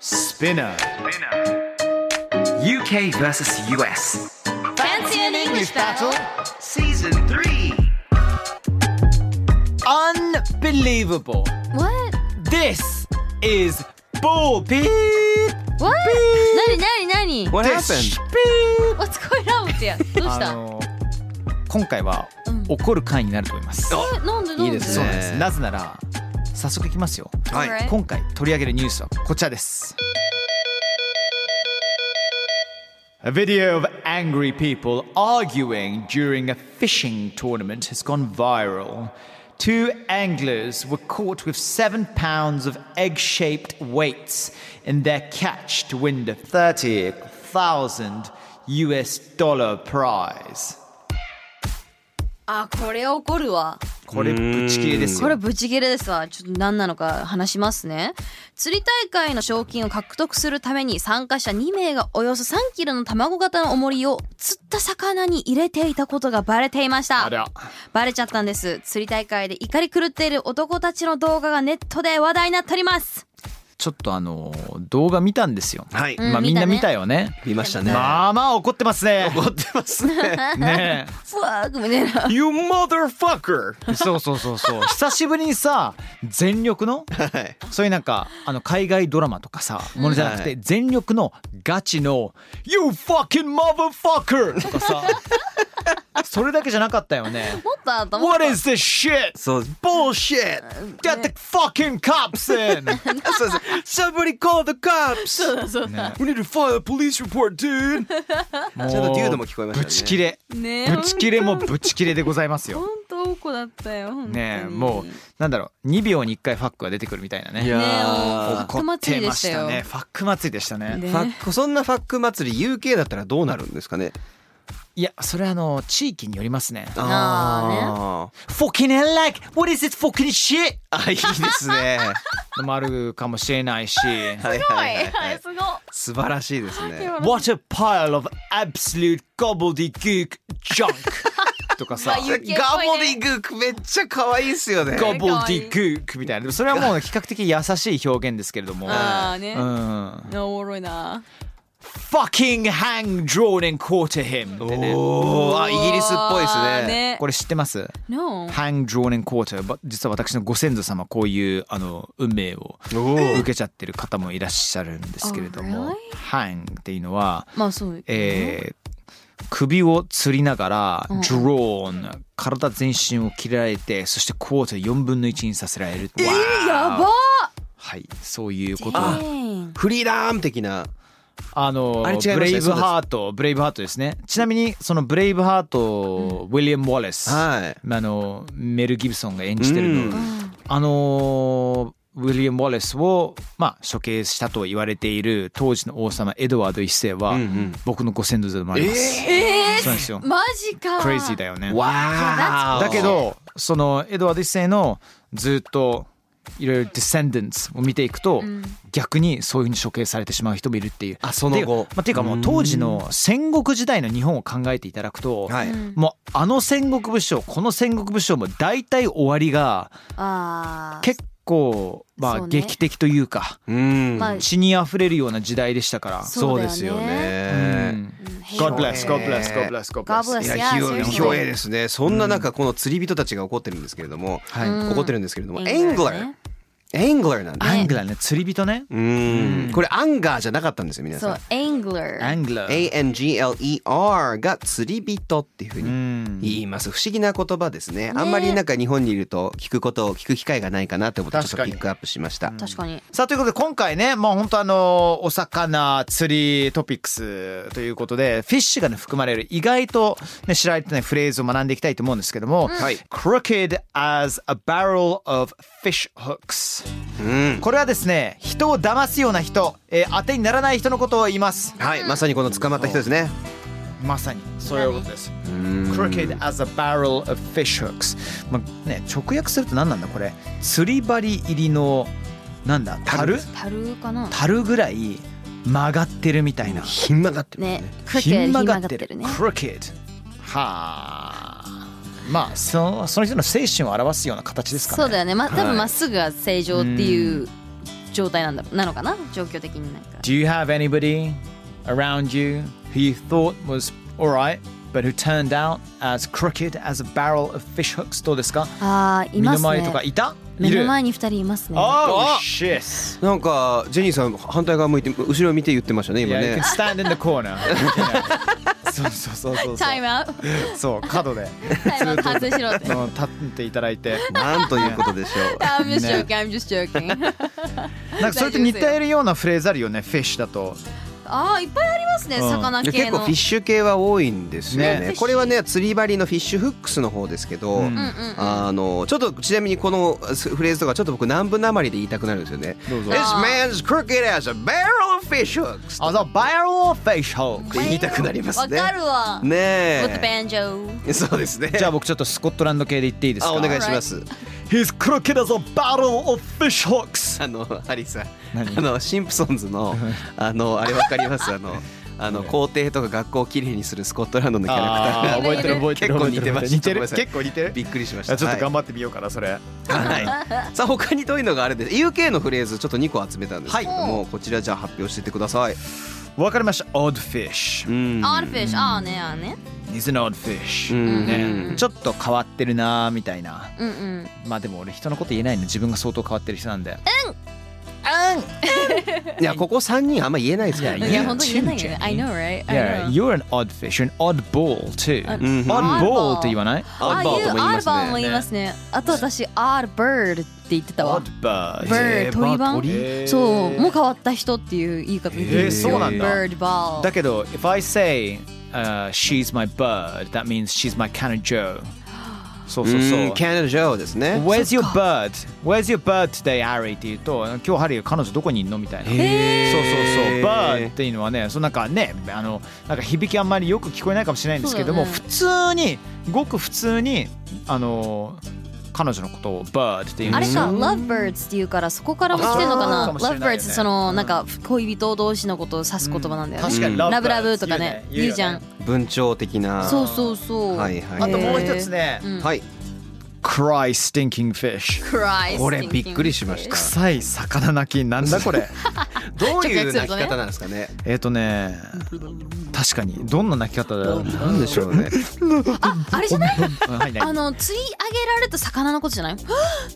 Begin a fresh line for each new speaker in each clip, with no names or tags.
Spinner.
UK versus US.
Fancy an English battle
Season 3.
Unbelievable.
What?
This is Ball Beep.
What?
な
になになに
What
This
happened?
What's going on with you? どう
あの今回は
うん
怒る回になると思います。
えなんでなんで
いいです
そうなんで
ね
す。なぜなら早速いきますよ。
はい
今回取り上げるニュースはこちらです。A video of angry people arguing during a fishing tournament has gone viral. Two anglers were caught with seven pounds of egg shaped weights in their catch to win the 30,000 US dollar prize.
あこれ怒るわ
Mm.
これぶち切れです
これ
よ。
ブチギレですわちょっと何なのか話しますね釣り大会の賞金を獲得するために参加者2名がおよそ3キロの卵型の重りを釣った魚に入れていたことがバレていました
あら
バレちゃったんです釣り大会で怒り狂っている男たちの動画がネットで話題になっております
ちょっとあの動画見たんですよ。
はい。
ん
まあみんな見
見た
たよね。
見ましたね。
まあまあ怒ってますね。
怒ってますね。
ね
ふわーくみたいな
you motherfucker!
えそうそうそう そう久しぶりにさ全力の
はい。
そういうなんかあの海外ドラマとかさものじゃなく
は
て全力のガチの「You fucking motherfucker!」とか さそれだけじゃなかったよね
もっとあっ
「
たもっ
What is this shit?
そう、bullshit!
Get the fucking cops in!」
あそうそう Somebody call the cops!
ね
We need to file a police report, dude!
も
ちょっとデュードも聞こえましたね
ぶち切れ
とねえ
ぶち切れもぶち切れでございます
ほ
よ
んとほんと怒だったよほんとに
ねえもうなんだろう2秒に1回ファックが出てくるみたいなね
いやー
ファック
怒っ
祭
て
りで
ま
し
したた
よ
ねファック祭りでしたね
ね
ファックそんなファック祭り UK だったらどうなるんですかね
いやそれはあの地域によりますね
あ
「fucking hell like what is it fucking shit
ああいいです ねは」
もあるかもしれないし
いはいはいはい
すごい
素晴らしいですね
「What a pile of absolute gobbledygook junk」とかさ
うわ言
ガ
う
ボディグークめっちゃ可愛いですよね
「gobbledygook」みたいなでもそれはもう比較的優しい表現ですけれども「
ああね、
うん、
おもろいな
fucking hang drawn and quarter him」ってね
おーあイギリスっぽいです
あー
ね
ね
これ知ってます
れ No
hang drawn and quarter ば実は私のご先祖様こういうあの運命を受けちゃってる方もいらっしゃるんですけれども、
Oh, really?
hang っていうのは、
まあそう
えー首を吊りながら drawn 体全身を切られてそして quarter 4分の1にさせられるっていう
やば
はいそういうことあ
あフリーラーム的な
の
あれ違いました
ブレイブハートブレイブハートですねちなみにそのブレイブハート、ウィリアム・ウォレス、
は
まああのメル・ギブソンが演じてるの、
うん
あのーウィリアム・ウォレスを、まあ、処刑したと言われている当時の王様エドワード一世は、
うんうん
僕のご先祖でもあ
い
ります、
え
そうなんですよ
ー、マジか
クレイジーだよね
わー
だけどそのエドワード一世のずっといろいろディセンデンツを見ていくと、逆にそういうふうに処刑されてしまう人もいるっていう
あその後
っていう,、まあ、っていうかもう当時の戦国時代の日本を考えていただくと、
はい
もうあの戦国武将この戦国武将も大体終わりが
あー
結構まあ
そうね
劇的というか
うん
まあ
血にあふれるような時代でしたから。
そうですよね
う
ね
ん God bless, God bless, God bless, God bless.
God bless.
い
い
や
や
ひ
そう
よ
いう
ひ
人
よえですねそんな中この釣り人たちが怒ってるんですけれども
はい
うん
怒ってるんですけれども
Angler ね
angler angler なんだ
アングラーね、釣り人ね。
うんこれアンガーじゃなかったんですよ皆
そ
さ
うん Angler
アングラー。
ANGLER が釣り人っていうふう
う
に
ん。
言います不思議な言葉ですねあんまりなんか日本にいると聞くことを聞く機会がないかなってことをちょっ
確
と
か
ピ
に
ックアップしました
確かに
さあということで今回ねまあ本当あのお魚釣りトピックスということでフィッシュがね含まれる意外とね知られてないフレーズを学んでいきたいと思うんですけども、
はい
crooked as a barrel of fish hooks です
うん。
これはですね人を騙すような人、えー当てにならない人のことを言います
はい、まさにこの捕まった人ですね。
まさにそういうことです
うーん
Crooked as a barrel of fish hooks、まあね、直訳すると何なんだこれ釣り針入りのなんだ樽
樽かな
樽ぐらい曲がってるみたいな
ひん曲がってる。
ね
ひん曲
が
がっ
ってて
る
るね
Crooked はあまあそのその人の精神を表すような形ですかね
そうだよねま多
はい
分まっすぐが正常っていう状態なんだろうなのかな状況的になんか
Do you have anybody around you who you thought was alright, but who turned out as crooked as a barrel of fish hooks? どうですか
あーいます
身の前とか
ね
いたい
目
る
の前に二人いますね
Oh, shit.
なんかジェニーさん反対側向いて後ろ見て言ってましたね今
Yeah, you
ね
can。stand in the corner. Yeah. そうそうそうそう
タイム
そ
アウト
う。そう、角で。
タイムアウト反省しろって
その立っていただいて。
なんということでしょ う。
I'm just
ね
joking I'm just joking
なんかそれと似ているようなフレーズあるよね、fish だと。
あーいっぱいありますね
うん
魚
いや
系
結構
の
フィッシュ系は多いんですよね
ね
これはね釣り針のフィッシュフックスの方ですけど、
うん
うんうんうん
あのちょっとちなみにこのすフレーズとかちょっと僕南部なまりで言いたくなるんですよね。
どうぞ
This。man's crooked as a barrel of fish hooks
あ、そう、barrel of fish hooks。
言いたくなりますね
わかるわ。With the
ね
banjo.
えそうですね
じゃあ僕ちょっとスコットランド系で言っていいですか
あお願いします
He's crooked as a barrel of fish hooks.
あのハリーさん
何
あのシンプソン ズのあのあれわかりますあのあの校庭とか学校をきれいにするスコットランドのキャラクターが
覚えてる
覚えてる
結構似てます
似て
ちょっとごめ
る
んなさい
結構
似て
びっくりしました
ちょっと頑
張
張ってみようかなそれ、
はいはいさあ他にどういうのがあるんで UK のフレーズちょっと2個集めたんですけども、こちらじゃあ発表してってください
わかりました odd fish
うん
Odd fish. ああね、ああね。
is an odd fish、
うん
ね、ちょっと変わってるなーみたいな
うんうん。
まあでも俺人のこと言えないの自分が相当変わってる人なんで
いやここ3人あんま言えないですから
いや
い
ね
や、本当に言えないよね。I know, right? I
Yeah,
know.
you're an odd fish, you're an oddball too、
ん
oddball
Oddball
って言わない
ああいう
Oddball とも言いますね
Oddball も言いますね。あと私、Odd bird って言ってたわ。
oddbird
Bird 鳥版
鳥へー
そう、もう変わった人っていう言い方できる
へーそうなんだ
Bird ball。
だけど if I say、uh, she's my bird that means she's my kind of Joe そうそうそう、
キャナジョーですね
Where's your bird? Where's your bird today, Harry? って言うと、今日ハリー彼女どこにいんのみたいな。そうそうそう。bird っていうのはね、そのなんかね、あのなんか響きあんまりよく聞こえないかもしれないんですけども、
そう
普通にごく普通にあの彼女のことを bird っていうん
あ
で
れ
す
か、
よ。
Lovebirds っていうから、そこからも来てんのか
あ
な
そうかもしれない
?Lovebirds
よね
ってその、なんか、恋人同士のことを指す言葉なんだよね。
確かに
うん
love
ラブラ
birds
ブとかね、
言う
言
よ
うじゃん。。
文鳥的な
そうそうそう。
はい
あ
はい
ともう一つね、
うん
はい
cry stinking fish。
Christ
これびっくりしました
臭い魚鳴きなんだこ れ。
どうい
直
う
訳
鳴
する
き
とね
方なんですかね
えっとね、確かにどんな鳴き方だろう。
なんでしょうね
あれじゃない
うんはいない
あの釣り上げられた魚のことじゃない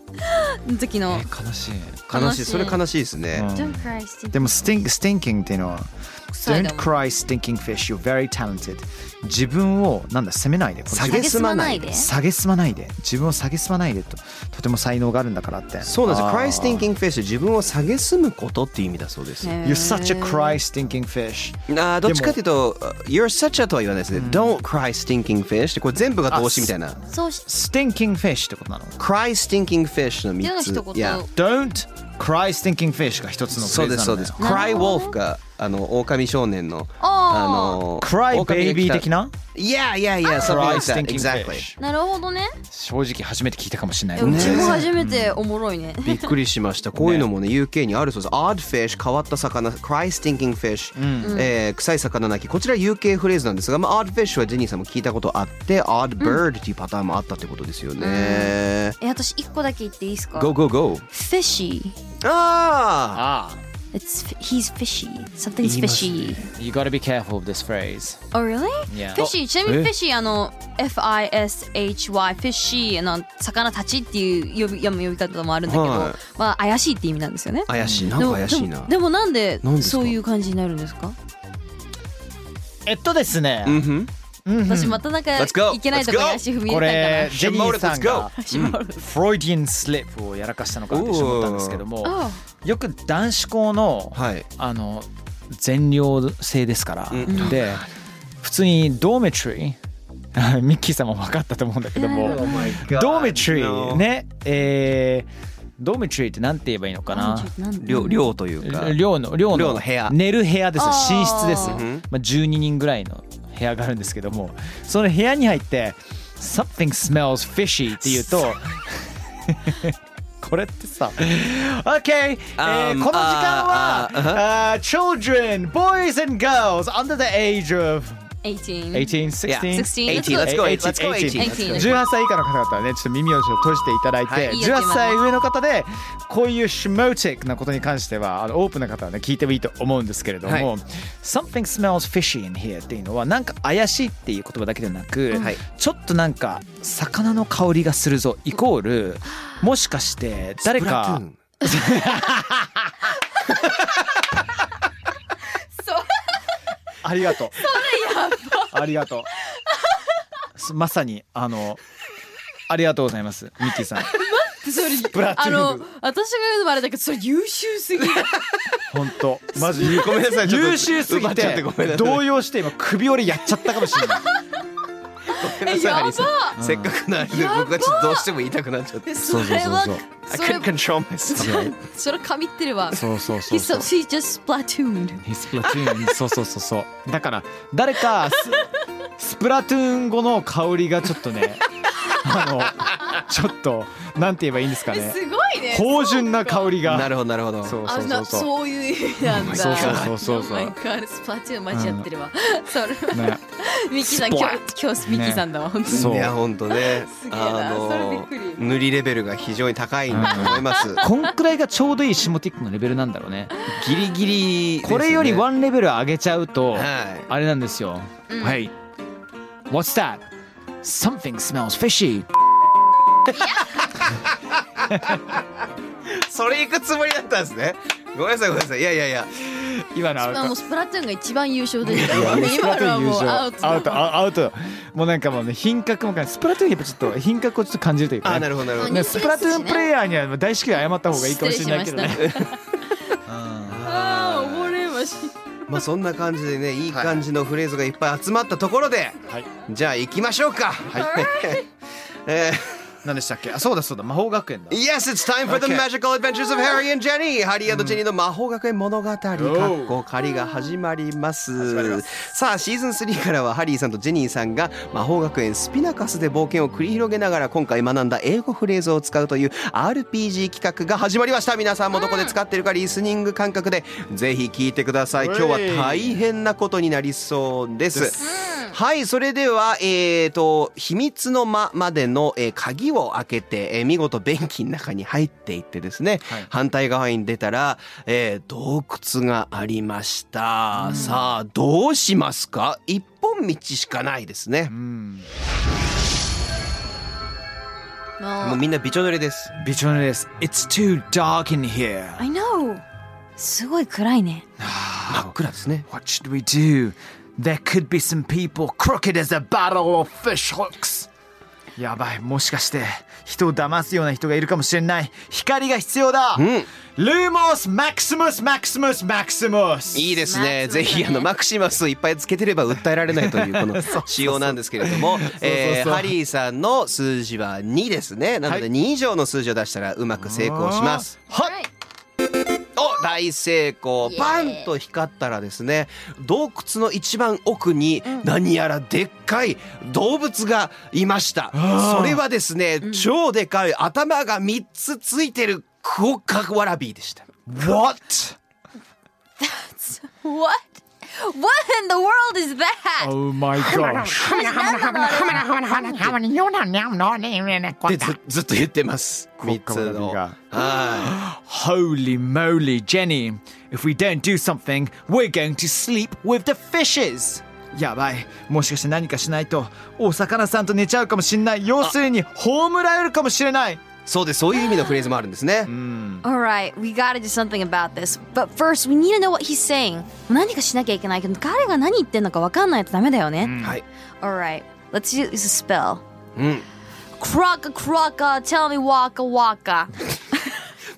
の時の
悲しい。
悲
悲
し
し
い
い
それ悲しいですね、
うん
Don't cry, Steve
でも stink, stinking っていうのは
臭いだ
Don't
もん
cry stinking fish, you're very talented 自分をなんだ責めないでこれ
下げすまない
下げす
下げすまないで自分を下げすまないでととても才能があるんだからって
そうなんですよ。
あー
cry stinking fish 自分を下げすむことっていう意味だそうです。
ね
You're such a cry stinking fish
あーどっちかっていうと、You're such a とは言わないですね。Don't cry stinking fish ってこれ全部が動詞みたいな。
そうし
stinking fish ってことなの
cry stinking fish の
っていうの
3
が一言
つ。
Don't cry stinking fish が一つのフ
そ
レー
うで
ズ
す
な
そ
の
うで
ね
す。cry wolf があの狼少年のあの
cry baby 的。な
いやいやいや、そう
cry
で
stinking
exactly。
fish
なるほどね
正直初めて聞いたかもしれな
え
いう
ち
ね
も初めておもろいね
びっくりしました。こういうのもね UK にあるそうです。odd fish 変わった魚、cry stinking fish、えー臭い魚なき。こちら UK フレーズなんですが、まあ odd fish はジェニーさんも聞いたことあって、odd bird っていうパターンもあったってことですよね。
え私一個だけ言っていいですか
Go go go。
Fishy
ああ。
ああ
It's fi- He's fishy Something's
言いますね
fishy
You gotta be careful of this phrase
Oh really?
Yeah
Fishy ちなみに
え
Fishy あの F-I-S-H-Y Fishy あの魚たちっていう呼び読み呼び方もあるんだけど
はい
まあ怪しいって意味なんですよね
怪しい。なんか怪しい
で
な
も。でもなんで
なんですか
そういう感じになるんですか
えっとですね
うんふん。
私またなんか
Let's go
いけないとこに足踏み
こ
入
れ
れ
ジェニーさんが
Shimura, let's go
フロイディアンスリップをやらかしたのかなって一瞬思ったんですけども
たかな。
よく男子校の
はい。
あの全寮制ですから、
うん
で普通にドーメトリーミッキーさんも分かったと思うんだけども、ドーメトリーね、えードミトリーってなんて言えばいいのかな
寮寮というか
寮の寮の
寮の部屋
寝る部屋ですよ寝室です
あ、
ー
まあ、12人ぐらいの部屋があるんですけどもその部屋に入って「Something smells fishy」って言う とこれってさ OK、えー
Um,
この時間は
あー
あー Children, boys and girls under the age of
18
18,
16
16,
18 let's go 18 let's go
18
18
18
18歳以下の方々はねちょっと耳を閉じていただいて、
はい
いいよ
18歳上の方でこういうシュモティックなことに関してはあのオープンな方はね聞いてもいいと思うんですけれども、
はい
Something smells fishy in here っていうのはなんか怪しいっていう言葉だけでなく、
はい
ちょっとなんか魚の香りがするぞイコールもしかして誰かありがとう。ありがとうす。まさにあのありがとうございますミッキーさん
それ
プラトゥー
あ
ン
の私が言うのもあれだけどそれ優秀す ぎる
本当マジ
ごめんなさいちょっと
優秀すぎ
奪っちゃっててごめんなさい
動揺して今首折りやっちゃったかもしれない
ごめんな さいハリーさんせっかくなんで僕はちょっとどうしても言いたくなっちゃって
それはそ
I
れ
couldn't control myself
それかみってるわ
そうそうそ
He's so she's just splatooned
スプラトゥーンそうそうそうそうだから誰かススプラトゥーン後の香りがちょっとねあのちょっとなんて言えばいいんですかね
すごいね
芳醇な香りが
なるほどなるほど
そう
あ
そう
な
そうそ
そういう意味なんだ
そうそうそうそ
Oh
う
my god スプラトゥーン間違ってるわそれ
うね
ミッキーさん
ス
今
プ
日
ラ
今日ミッキーさんだわ本当に
そう
いや本当ね
すげえな
あ
それびっ
の
くり
塗りレベルが非常に高いと思 います
こんくらいがちょうどいいシモティックのレベルなんだろうね
ギリギリですね
これよりワンレベル上げちゃうと、
はい
あれなんですよ。
うん
はい。What's that? Something smells fishy.
それ行くつもりだったんですねごめんなさいごめんなさいいやいやいや
今のアウ
あもう
ト。
スプラトゥーンが一番優勝でした
いや
今
スプラト
のは
ゥーン優
もう
勝
アウトだ
アウトアウトもうなんかもうね品格も感じスプラトゥーンやっぱちょっと品格をちょっと感じるという
あ
か、
な
ね
るほどなるほど
ね
ね、スプラトゥーンプレイヤーには大至急謝った方がいいかもしれないけどね
失礼し
あ
ああ
ー
おもれまし
まあそんな感じでねいい感じのフレーズがいっぱい集まったところで、
はい
じゃあ行きましょうか。 えー
何でしたっけあそうだそうだ魔法学園だ
yes, it's time for the
Okay.
magical adventures of Harry and Jenny. ハリージェニーの魔法学園物語、かっこ仮が始まります。さあ、シーズン3からはハリーさんとジェニーさんが魔法学園スピナカスで冒険を繰り広げながら今回学んだ英語フレーズを使うという RPG 企画が始まりました。皆さんもどこで使ってるかリスニング感覚でぜひ聞いてください。今日は大変なことになりそうです。はい、それでは、えー、と、秘密の間までの、えー鍵を開けて、えー見事便器の中に入っていってですね、
はい
反対側に出たら、えー洞窟がありました。さあ、どうしますか一本道しかないですね
う。ん
た
もうみんなびちょ濡れです。
ビチョネです It's too dark in here
I know すごい暗いね
真っ暗ですね。
What should we do? There could be some people crooked as a barrel of fish hooks. やばい、もしかして人を騙すような人がいるかもしれない。光が必要だ。ルーモス、マクシムス、マクシムス、マクシムス。
いいですね。
マクシマス
ぜひ、あの、マクシマスをいっぱいつけてれば訴えられないという、こ の仕様なんですけれど も、えーハリーさんの数字は2ですね。なの
は
で、
い
2以上の数字を出したらうまく成功します。
は
はい
お大成功
イエーイ
バンと光ったらですね洞窟の一番奥に何やらでっかい動物がいました、
あー
それはですね、超でかい頭が3つついてるクオカワラビーでした
What?
What? What in the world is that?
Oh my gosh.
でずずっと言ってます
クオ
3
カ
つ
ワラビ
の
ーが
は
Holy moly, Jenny. If we don't do something, we're going to sleep with the fishes. やばい。もしかして何かしないと、お魚さんと寝ちゃうかもしれない。要するに、葬られるかもしれない。
いそうですそういう意味のフレーズもあるんですね、
Alright, we gotta do something about this. But first, we need to know what he's saying. 何かしなきゃいけないけど、彼が何言ってんのか分かんないとダメだよね。
はい、
Alright, let's use a spell.
うん、
Croca croca, tell me waka waka.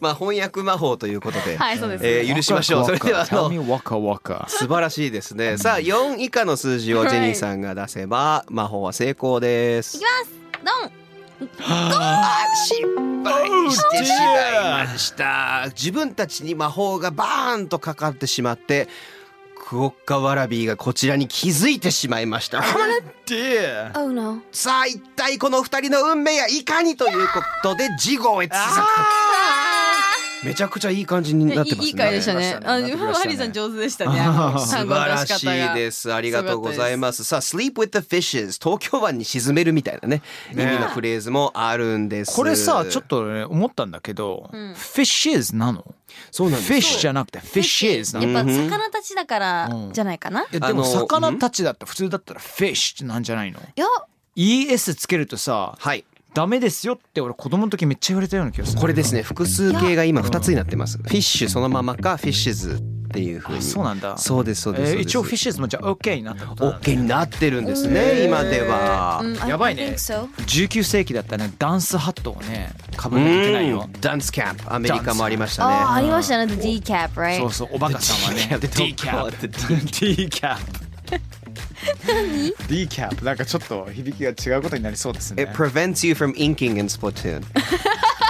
まあ翻訳魔法ということで、
はい、そうです。
えー許しましょうそれではあ
Tell
の
me waka waka.
素晴らしいですね。さあ、4以下の数字をジェニーさんが出せば、魔法は成功です。
いきます
あ失敗してしまいました自分たちに魔法がバーンとかかってしまってクオッカワラビーがこちらに気づいてしまいました
Dear.
Oh no.
さあ一体この二人の運命やいかにということで事後へ続くめちゃくちゃいい感じになってますね
いいい回でしたね。あ、
なってましたね
ハリーさん上手でしたね。
素
素
晴らしいです。ありがとうございます。さあ、sleep with the fishes。東京湾に沈めるみたいなね、意味のフレーズもあるんです。
これさちょっとね思ったんだけど、fishes なの
そうなんですよ
fish じゃなくて fishes な
や
の
っぱ魚たちだからじゃないかな。い
えでも
あの
魚たちだったら普通だったら fish なんじゃないの
や、
?ES つけるとさ
はい。
ダメですよって俺子供の時めっちゃ言われたような気がする
これですね、複数形が今2つになってます。フィッシュそのままか、フィッシュズっていうふう
あ
に。
そうなんだ
そうです、そうです。
えー一応
ッシ
fishes もじゃあ OK になったこと
ュ。
なんだ
OK になってるんですね、今では。
うん
やばいね
I think so.
19世紀だったらねダンスハットをねかぶんなきゃいけないよ
うんダンスキャンプ、アメリカもありましたね。
あー、ありましたね。The decap,
そ
right?
うそうおバカさんはね
The decap
decap decap なんかちょっと響きが違うことになりそうですね
It prevents you from inking in Splatoon.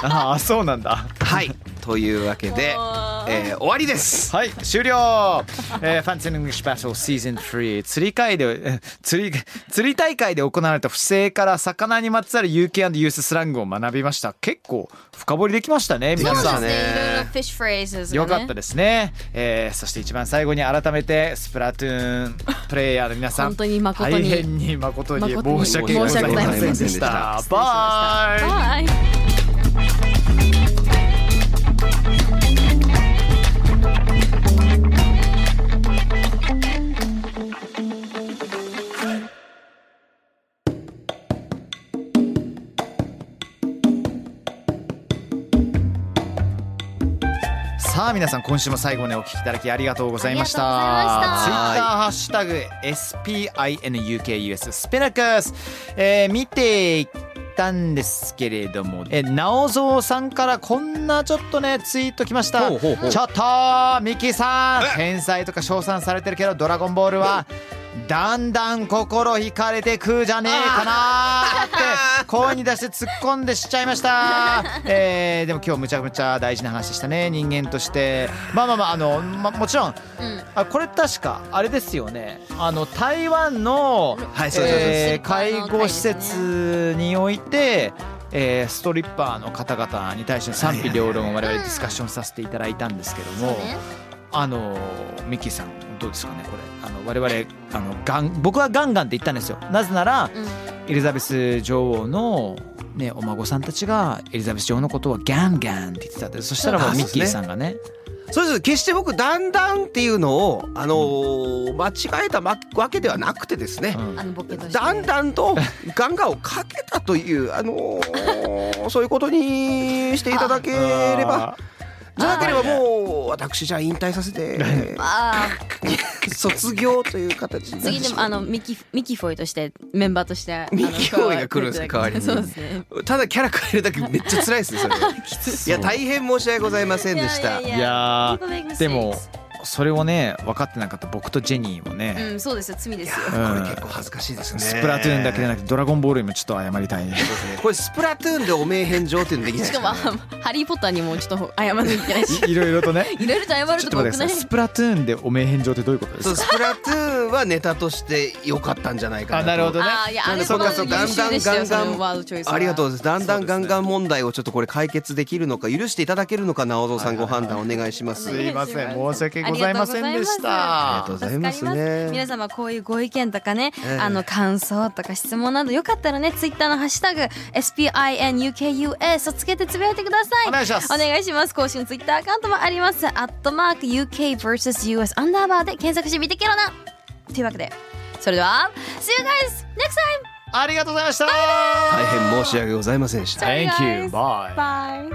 ああそうなんだ
はい。というわけで、えー終わりです。
はい終了、えー、ファンツングリッシュバトルシーズン3釣り会でえー釣り釣り大会で行われた不正から魚にまつわる UK& ユーススラングを学びました結構深掘りできましたね皆
そう
さ
です
ん
ね。いろいろ fish phrases が
よ
ね。
かったですね、えーそして一番最後に改めてスプラトゥーンプレイヤーの皆さん
本当に誠に
大変に誠に
誠に
申し訳ございませんで
申し訳ございませんで
し
したた
バイ
Bye.
Bye さあ皆さん今週も最後までお聞きいただきありがとうございました
あ
ツイッターハッシュタグ SPINUKUS スペラカス、えー見ていったんですけれども、えー、直蔵さんからこんなちょっとねツイートきました
ほうほうほう
ちょっとミキさん天才とか称賛されてるけどドラゴンボールはだんだん心惹かれてくじゃねえか なーって声に出して突っ込んでしちゃいました、えーでも今日むちゃむちゃ大事な話でしたね人間としてまあまあまああの、ま、もちろんあこれ確かあれですよねあの台湾の、
はいそうそうそう
えー
ストリッパー
介
の会
護施設において、えーストリッパーの方々に対しての賛否両論を我々ディスカッションさせていただいたんですけども、
ね
あのーミッキーさんどうですかねこれあの我々あのガン僕はガンガンって言ったんですよなぜなら、
うん
エリザベス女王の、ね、お孫さんたちがエリザベス女王のことをガンガンって言ってたってそしたらもうミッキーさんがね
そうです決して僕「だんだん」っていうのを、あのー間違えたわけではなくてですね
うん
あのボケとし
「
て。
だんだん」と「ガンガン」をかけたという、あのーそういうことにしていただければじゃなければもう私じゃあ引退させて
ああ。
卒業という形になって
次で
し
も
ま
あ
う
のミキミキフォイとしてメンバーとしてあの
ミキフォイが来るんです
加
か
わっていただいてそ
代わりに
うですね。
ただキャラ変えるだけめっちゃ辛いですねそれ
きつ
いや大変申し訳ございませんでした
い
いや
People make
ー
mistakes
でもそれをね分かってなかった僕とジェニーもね、
うんそうですよ罪ですよ。
うん
これ結構恥ずかしいですね
スプラトゥーンだけじゃなくてドラゴンボールにもちょっと謝りたいね
そうですねこれスプラトゥーンでおめえ返上っていうのできない
し
で
か
す
もあ
かね
ハリー・ポッターにもちょっと謝らなきゃいけないし
いいろいろとね
いろいろと謝る
ち
と
ょっと
こ多
待って
くな
くだ
い
さいスプラトゥーンでお名返上ってどういうことです
そう
か
スプラトゥーンはネタとして良かったんじゃないかなと。
ね
あーいやあれ
そう
も
か
優
そうか
秀でしたよ
だんだん
そのワードチョイスは
ありがとうございます。だんだんガンガ
そう
ン問題をちょっとこれ解決できるのか許していただけるのか直蔵さんご判断お願いします。
すいません
お願いします
申し訳ございませんでした
ありがとうございます
助かり
ね
皆様こういうご意見とかね、
ええ
あの感想とか質問などよかったらね、ツイッターのハッシュタグ SPINUKUS をつけてつぶやいてください。
お願いします
お願いします。公式のツイッターアカウントもあります。アットマーク UKVSUS アンダーバーで検索してみてけろな。というわけで、それでは See you guys next time.
ありがとうございました
大変申し訳ございませんでした。
Sorry,
Thank you
guys.
bye
Bye.